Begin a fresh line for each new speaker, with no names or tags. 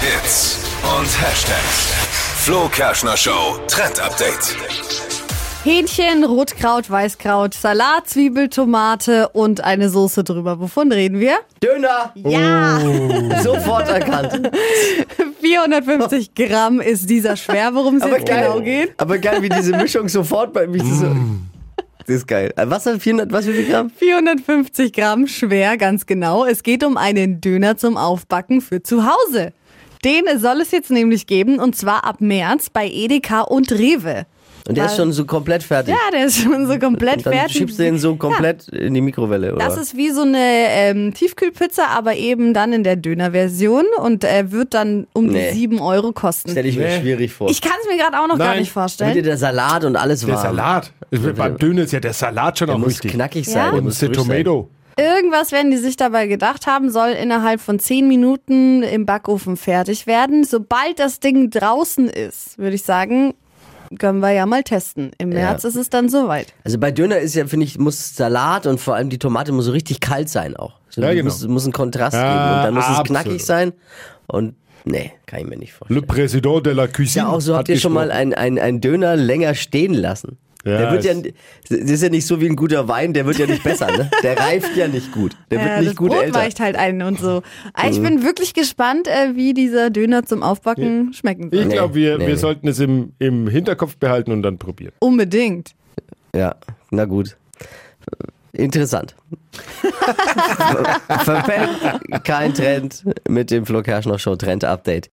Hits und Hashtags. Flo Kerschner Show Trend Update.
Hähnchen, Rotkraut, Weißkraut, Salat, Zwiebel, Tomate und eine Soße drüber. Wovon reden wir?
Döner!
Ja! Oh.
Sofort erkannt.
450 Gramm ist dieser schwer, worum es jetzt genau geht. Mm.
aber geil, wie diese Mischung sofort bei mich. Das, das ist geil. Äh, Was hat 400, was für viel Gramm?
450 Gramm schwer, ganz genau. Es geht um einen Döner zum Aufbacken für zu Hause. Den soll es jetzt nämlich geben und zwar ab März bei Edeka und Rewe.
Und der ist schon so komplett fertig.
Ja, der ist schon so komplett
Dann
fertig.
schiebst du den so komplett in die Mikrowelle, oder?
Das ist wie so eine ähm, Tiefkühlpizza, aber eben dann in der Dönerversion und äh, wird dann um
Nee.
die 7 Euro kosten.
Stell ich mir
Nee.
schwierig vor.
Ich kann es mir gerade auch noch gar
Nein.
nicht
Damit dir
vorstellen.
der Salat und alles
Der
warm.
Salat. Beim Döner ist ja der Salat schon
Der
auch
muss
wichtig.
knackig sein.
Ja.
der
Und
muss
der
frisch sein.
Tomato.
Irgendwas werden die sich dabei gedacht haben, soll innerhalb von 10 Minuten im Backofen fertig werden. Sobald das Ding draußen ist, würde ich sagen, können wir ja mal testen. Im März ist es dann soweit.
Also bei Döner ist ja, finde ich, muss Salat und vor allem die Tomate muss so richtig kalt sein auch. So,
Ja,
die
genau.
muss, muss ein Kontrast
Ja,
geben. Und dann muss es
absolut.
knackig sein. Und nee, kann ich mir nicht vorstellen.
Le Président de la Cuisine.
Ja, auch so habt
hat
ihr schon mal
gesprochen.
einen einen Döner länger stehen lassen.
Ja,
der wird ja,
ist-
das ist ja nicht so wie ein guter Wein, der wird ja nicht besser, ne? Der reift ja nicht gut. Der wird
Ja,
nicht
das
gut
Brot
älter. Mhm.
weicht halt ein und so. Ah, Ich bin wirklich gespannt, äh, wie dieser Döner zum Aufbacken schmecken
Ich
wird.
Nee,
glaube, wir,
nee,
wir
nee.
sollten es im, im Hinterkopf behalten und dann probieren.
Unbedingt.
Ja, na gut. Interessant. Verpennt kein Trend mit dem Flo Kerschner Show Trend Update.